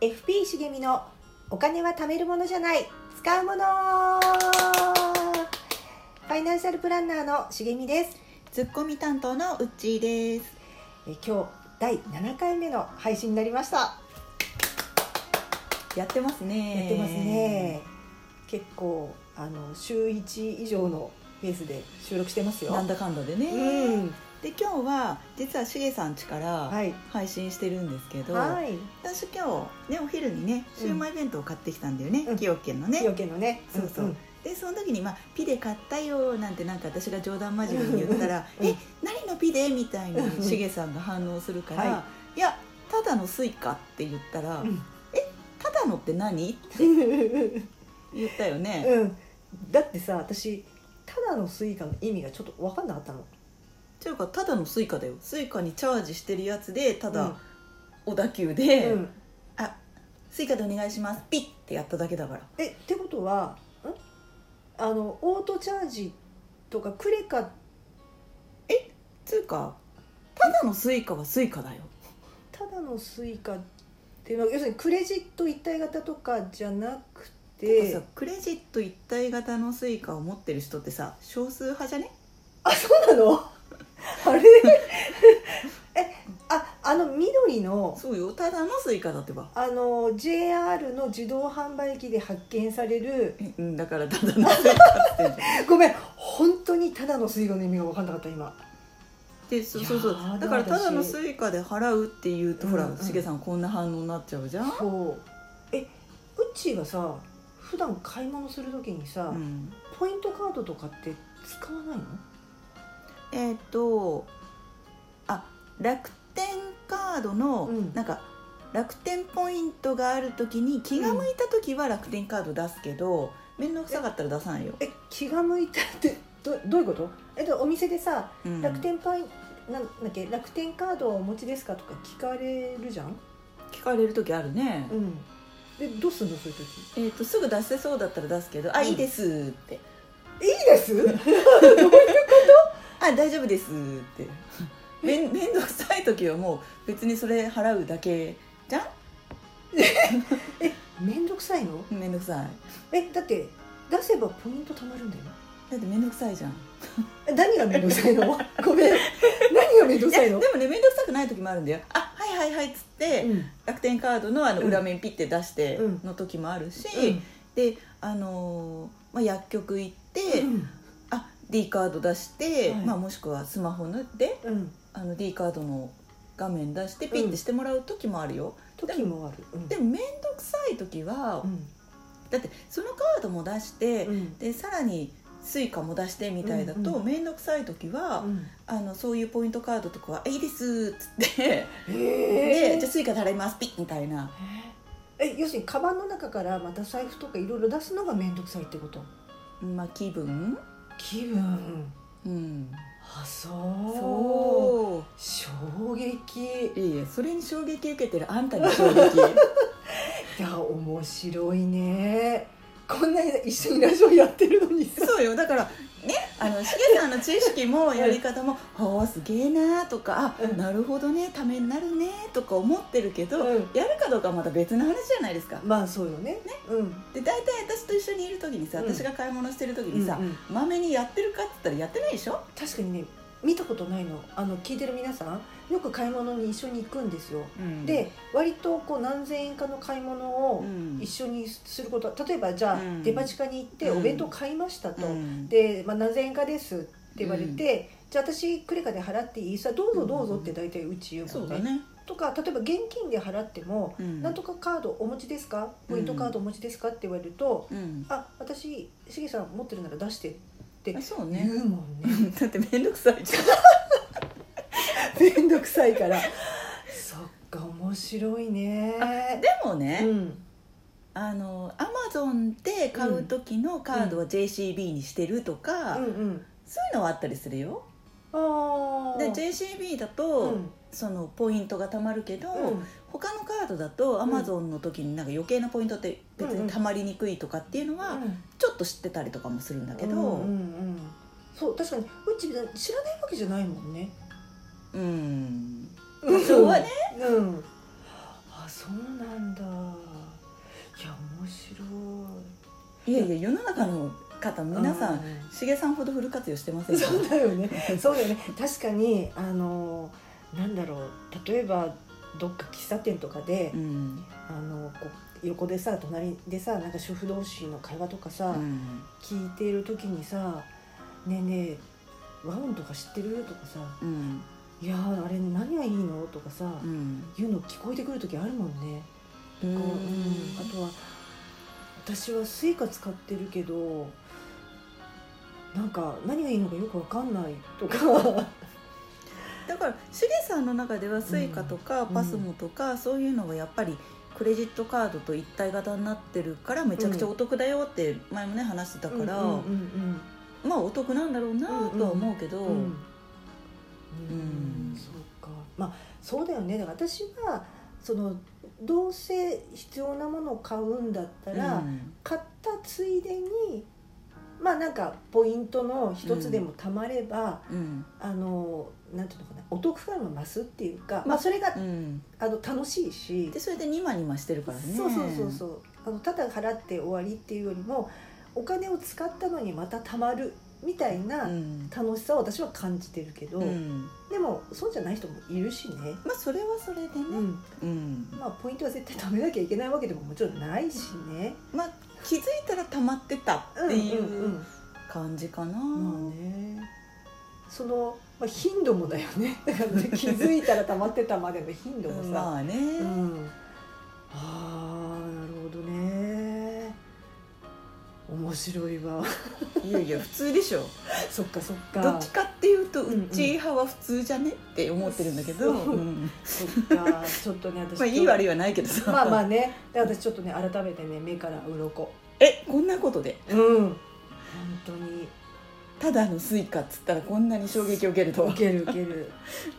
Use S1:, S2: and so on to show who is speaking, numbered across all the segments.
S1: FP 茂みのお金は貯めるものじゃない使うものファイナンシャルプランナーの茂みです
S2: ツッコミ担当のうっちーです。
S1: え今日第7回目の配信になりました、
S2: やってますね。
S1: やってますね。結構あの週1以上のペースで収録してますよ
S2: なんだかんだでね。
S1: うん
S2: で今日は実はしげさん家から
S1: はい
S2: 配信してるんですけど、
S1: はい
S2: 私今日ねお昼にねシウマイ弁当を買ってきたんだよね。
S1: うん
S2: 崎陽軒のね。
S1: 清家のね
S2: そうそう。
S1: ん
S2: でその時にまあピで買ったよなんてなんか私が冗談交じりに言ったら、
S1: うん
S2: え何のピでみたい
S1: うん
S2: にしげさんが反応するから、、
S1: はい
S2: やただのスイカって言ったら、
S1: うん
S2: ただのって何って 言ったよね。
S1: うん、だってさ私ただのスイカの意味がちょっと分かんなかったの
S2: っていうかただのスイカだよスイカにチャージしてるやつでた
S1: うん
S2: だ小田急で、
S1: うん、
S2: あスイカでお願いしますピッてやっただけだから
S1: えってことはんあのオートチャージとかクレカ
S2: つうかただのスイカはスイカだよ
S1: ただのスイカっていうのは要するにクレジット一体型とかじゃなく
S2: て
S1: て
S2: かさクレジット一体型のスイカを持ってる人ってさ少数派じゃね
S1: あそうなの あれ えああの緑の
S2: そうよただのスイカだってば
S1: あの JR の自動販売機で発見される
S2: えうんだからただのスイカって言ってんじゃん
S1: ごめん本当にただのスイカの意味が分かんなかった今
S2: でそうそうそう
S1: いやー
S2: だから
S1: でも
S2: た
S1: 私
S2: だのスイカで払うっていうとほ
S1: うんう
S2: ら
S1: ん
S2: しげさんこんな反応になっちゃうじゃん、
S1: そうえうっちーがさ普段買い物するときにさ、
S2: うん
S1: ポイントカードとかって使わないの
S2: えっ、とあ楽天カードの、
S1: うん
S2: なんか楽天ポイントがある時に気が向いた時は楽天カード出すけど面倒くさかったら出さないよ、
S1: え気が向いたってどどういうことえっとお店でさ
S2: うん
S1: 楽天パイ、なんだっけ楽天カードはお持ちですかとか聞かれるじゃん
S2: 聞かれる時あるね、
S1: うんでどうすんのそういう時
S2: えっとすぐ出せそうだったら出すけど「あ
S1: うん
S2: いいです」って
S1: いいです
S2: 「あ大丈夫です」ってめん面倒くさい時はもう別にそれ払うだけじゃ
S1: めんどくさいの
S2: ん面倒くさい
S1: えだって出せばポイント貯まるんだよ
S2: だって面倒くさいじゃん
S1: え何がめんどくさいの ごめん何がめんどく
S2: いや
S1: さい
S2: で
S1: の
S2: もね面倒くさくない時もあるんだよ「あはいはいはい」っつって、
S1: うん
S2: 楽天カードのあの
S1: うん
S2: 裏面ピッて出して
S1: うん
S2: の時もあるし、
S1: うん
S2: で、あのーまあ、薬局行って、
S1: うん
S2: あ D カード出して、
S1: はい
S2: まあ、もしくはスマホで
S1: うん
S2: あの D カードの画面出してピッてしてもらう時もあるよ、
S1: 時もあるうん
S2: でも面倒くさい時は、
S1: うん
S2: だってそのカードも出して、
S1: うん
S2: でさらにスイカも出してみたいだ
S1: うん
S2: と
S1: う
S2: 面倒くさい時は、あのそういうポイントカードとかは「えいいです」っつって、
S1: へ
S2: で
S1: ー
S2: じゃあスイカ払いますピッみたいな。
S1: え要するにカバンの中からまた財布とかいろいろ出すのが面倒くさいってこと
S2: まあ、気分
S1: 気分
S2: うん
S1: あそう
S2: そ
S1: 衝撃
S2: ういやいやそれに衝撃受けてるあんたに衝撃
S1: いや面白いねこんなに一緒にラジオやってるのにさ
S2: そうよだからねあのしげさんの知識もやり方 も「おーすげえな」とか「あ
S1: うん
S2: なるほどねためになるね」とか思ってるけど、
S1: うん
S2: やるかどうかはまた別の話じゃないですか
S1: まあそうよねうん
S2: で大体私と一緒にいる時にさ、
S1: うん
S2: 私が買い物してる時にさ
S1: うんうん
S2: まめ、にやってるかって言ったらやってないでしょ
S1: 確かにね見たことないのあの聞いてる皆さんよく買い物に一緒に行くんですよ
S2: うん
S1: で割とこう何千円かの買い物を
S2: うん
S1: 一緒にすること例えばじゃあ
S2: うん
S1: デパ地下に行って
S2: うん
S1: お弁当買いましたと、
S2: うん
S1: で、まあ、何千円かですって言われて、じゃあ私クレカで払っていいさどうぞどうぞって大体うち言うも
S2: そ
S1: ん
S2: う
S1: ね,、
S2: だね、
S1: とか例えば現金で払っても、
S2: うん
S1: なんとかカードお持ちですかポイントカードお持ちですかって言われると、
S2: うん、
S1: あ私しげさん持ってるなら出してって
S2: あそう
S1: 言
S2: ね
S1: うもんね
S2: だって面倒くさいじゃん
S1: 面倒くさいからそっか面白いね
S2: でもね、
S1: うん
S2: あのアマゾンで買う時のカードは JCB にしてるとか、
S1: うんうん
S2: そういうのはあったりするよ
S1: ああ
S2: で JCB だと、
S1: うん
S2: そのポイントがたまるけど、
S1: うん
S2: 他のカードだとアマゾンの時になんか余計なポイントって別にたまりにくいとかっていうのはちょっと知ってたりとかもするんだけど、
S1: うんうんうんそう確かにうち知らないわけじゃないもんね
S2: うん多少はね、
S1: うんあそそうなんだいや面白
S2: いやいや世の中の方
S1: い
S2: 皆さ
S1: うん
S2: しげさんほどフル活用してませんから
S1: そうだよ ねそうだよね確かにあのなんだろう例えばどっか喫茶店とかで、
S2: うん
S1: あのこう横でさ隣でさなんか主婦同士の会話とかさ、
S2: うん
S1: 聞いている時にさ「ねえねえ和音とか知ってる?」とかさ
S2: うん
S1: 「いやーあれ何がいいの?」とかさ、
S2: うん
S1: 言うの聞こえてくる時あるもんね。
S2: う
S1: うん
S2: ん
S1: あとは私はスイカ使ってるけどなんか何がいいのかよくわかんないとか
S2: だからしげさんの中ではスイカとか
S1: うん
S2: パスモとか、そういうのがやっぱりクレジットカードと一体型になってるからめちゃくちゃお得だよって前もね話してたから、
S1: うんうん
S2: まあお得なんだろうなとは思うけど、
S1: うんうんうん
S2: うん
S1: そうかまあそうだよねだから私はそのどうせ必要なものを買うんだったら、
S2: うん
S1: 買ったついでにまあなんかポイントの一つでもたまれば、
S2: うん
S1: あのなんていうのかなお得感が増すっていうか、
S2: ま
S1: ま
S2: あ
S1: あ、それが、
S2: うん
S1: あの楽しいし
S2: でそれでニマニマしてるからね
S1: そうそうそうそうあのただ払って終わりっていうよりもお金を使ったのにまた貯まるみたいな
S2: うん
S1: 楽しさを私は感じてるけど、
S2: うん
S1: でもそうじゃない人もいるしね、
S2: まあそれはそれでね、
S1: うん
S2: うん
S1: まあ、ポイントは絶対貯めなきゃいけないわけでももちろんないしね。
S2: まあ気づいたら溜まってたってい
S1: んん
S2: う
S1: う
S2: うん感じかな、
S1: まあねその、まあ、頻度もだよね だからね気づいたら溜まってたまでの頻度もさ、
S2: まあね、
S1: うん、あーなるほどね面白いわ
S2: いやいや普通でしょ
S1: そっかそっか
S2: どっちかっていうと
S1: うんうん
S2: うち派は普通じゃねって思ってるんだけど、
S1: そう
S2: うん
S1: そっかちょっとね私
S2: まあいい悪いはないけどさ、
S1: まあまあねで私ちょっとね改めてね目から鱗
S2: えこんなことで
S1: うん本当に
S2: ただのスイカっつったらこんなに衝撃を受けるとは
S1: 受ける受ける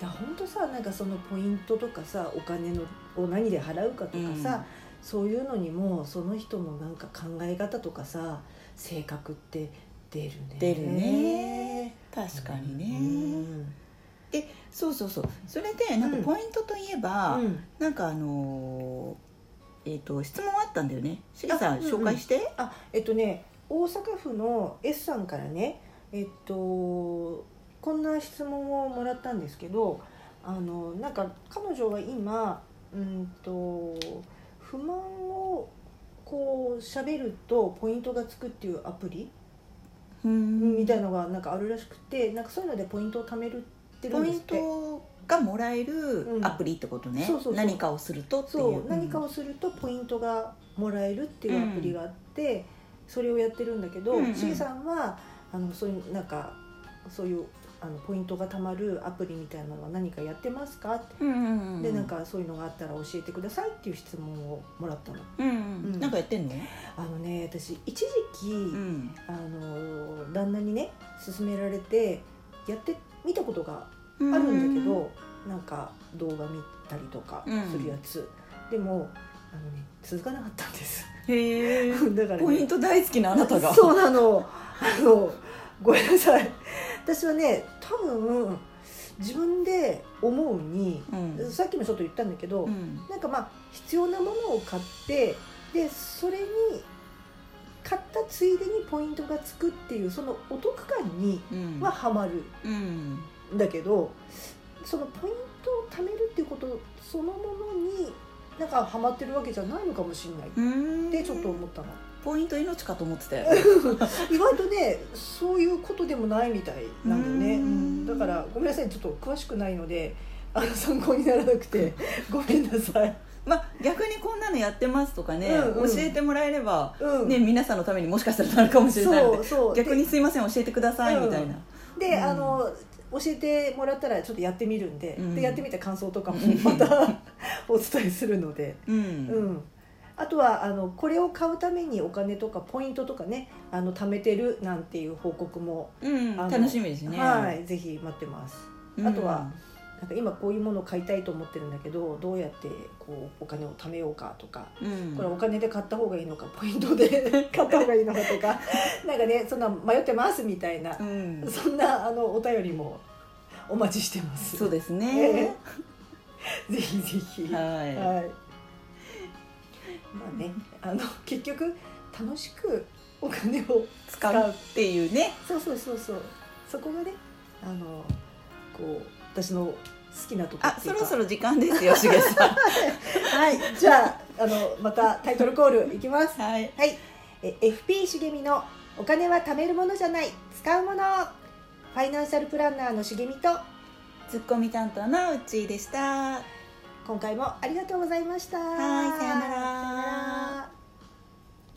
S1: だから本当さなんかそのポイントとかさお金のを何で払うかとかさ、そういうのにもその人のなんか考え方とかさ性格って出るね
S2: 出るね確かにね、
S1: うん
S2: そうそうそうそれでなんかポイントといえば、
S1: うん
S2: なんかあのーえっ、と質問あったんだよねしげさん
S1: あうんうん
S2: 紹介して、
S1: あえっとね大阪府の S さんからねえっとこんな質問をもらったんですけどあのなんか彼女は今うんと不満をこう喋るとポイントがつくっていうアプリ、
S2: うん
S1: みたいのがなんかあるらしくてなんかそういうのでポイントを貯めるってる
S2: ポ
S1: ん
S2: イ
S1: で
S2: ン
S1: すって
S2: トがもらえるアプリってことね、
S1: うんそうそうそう
S2: 何かをするとっていう
S1: そう、
S2: ん
S1: 何かをするとポイントがもらえるっていうアプリがあって、それをやってるんだけど、
S2: うんうん
S1: C さんはあのそういうなんかそういうあのポイントがたまるアプリみたいなのは何かやってますかって、
S2: うんうんうん
S1: でなんかそういうのがあったら教えてくださいっていう質問をもらったの。
S2: うんう、
S1: うんん
S2: なんかやってんの、
S1: あのね私一時期、
S2: ん、
S1: あの旦那にね勧められてやってみたことが
S2: ある
S1: あるんだけど、なんか動画見たりとかするやつ、でもあのね続かなかったんです。
S2: へえ
S1: だからね、
S2: ポイント大好きなあなたが
S1: そうなのあのごめんなさい私はね多分自分で思うに、
S2: うん、
S1: さっきもちょっと言ったんだけど、
S2: うん
S1: なんかまあ必要なものを買ってでそれに買ったついでにポイントがつくっていうそのお得感に
S2: うん
S1: はハマる
S2: うん
S1: んだけどそのポイントを貯めるっていうことそのものになんかハマってるわけじゃないのかもしれないっ
S2: うん
S1: てちょっと思ったの。
S2: ポイント命かと思ってたよ、ね、
S1: 意外とねそういうことでもないみたいなんだよね
S2: う
S1: う
S2: ーん
S1: んだからごめんなさいちょっと詳しくないのであの参考にならなく てごめんなさい、
S2: まあ逆にこんなのやってますとかね、
S1: うんうん
S2: 教えてもらえれば、
S1: うん、
S2: ね皆さんのためにもしかしたらなるかもしれないの
S1: そ
S2: で
S1: うそう
S2: 逆にすいません教えてくださいみたいな、
S1: で
S2: う
S1: で
S2: ん
S1: あの教えてもらったらちょっとやってみるんで,、
S2: うん
S1: でやってみた感想とかもまた お伝えするので、
S2: うん
S1: うん、あとはあのこれを買うためにお金とかポイントとかねあの貯めてるなんていう報告も、
S2: うん
S1: あの
S2: 楽しみですね、
S1: はいぜひ待ってます。
S2: うん
S1: あとはなんか今こういうものを買いたいと思ってるんだけどどうやってこうお金を貯めようかとか
S2: うん、
S1: これお金で買った方がいいのかポイントで 買った方がいいのかと かなんかねそんな迷ってますみたいな
S2: うん、
S1: そんなあのお便りもお待ちしてます。
S2: そうです
S1: え
S2: ね、
S1: えぜひぜひ、
S2: はい
S1: はいまあねあの 結局楽しくお金を
S2: 使うっていうね
S1: そうそうそうそうそこがねあのこう私の好きなところ
S2: あそろそ
S1: ろ
S2: ろ時間ですよしげさ
S1: はいじゃああのまたタイトルコールいきます
S2: んはい
S1: はい、え FP 茂みのお金は貯めるものじゃない使うものファイナンシャルプランナーの茂みと
S2: ツッコミ担当のうっちーでしたはい
S1: 今回もありがとうございました。
S2: さよなら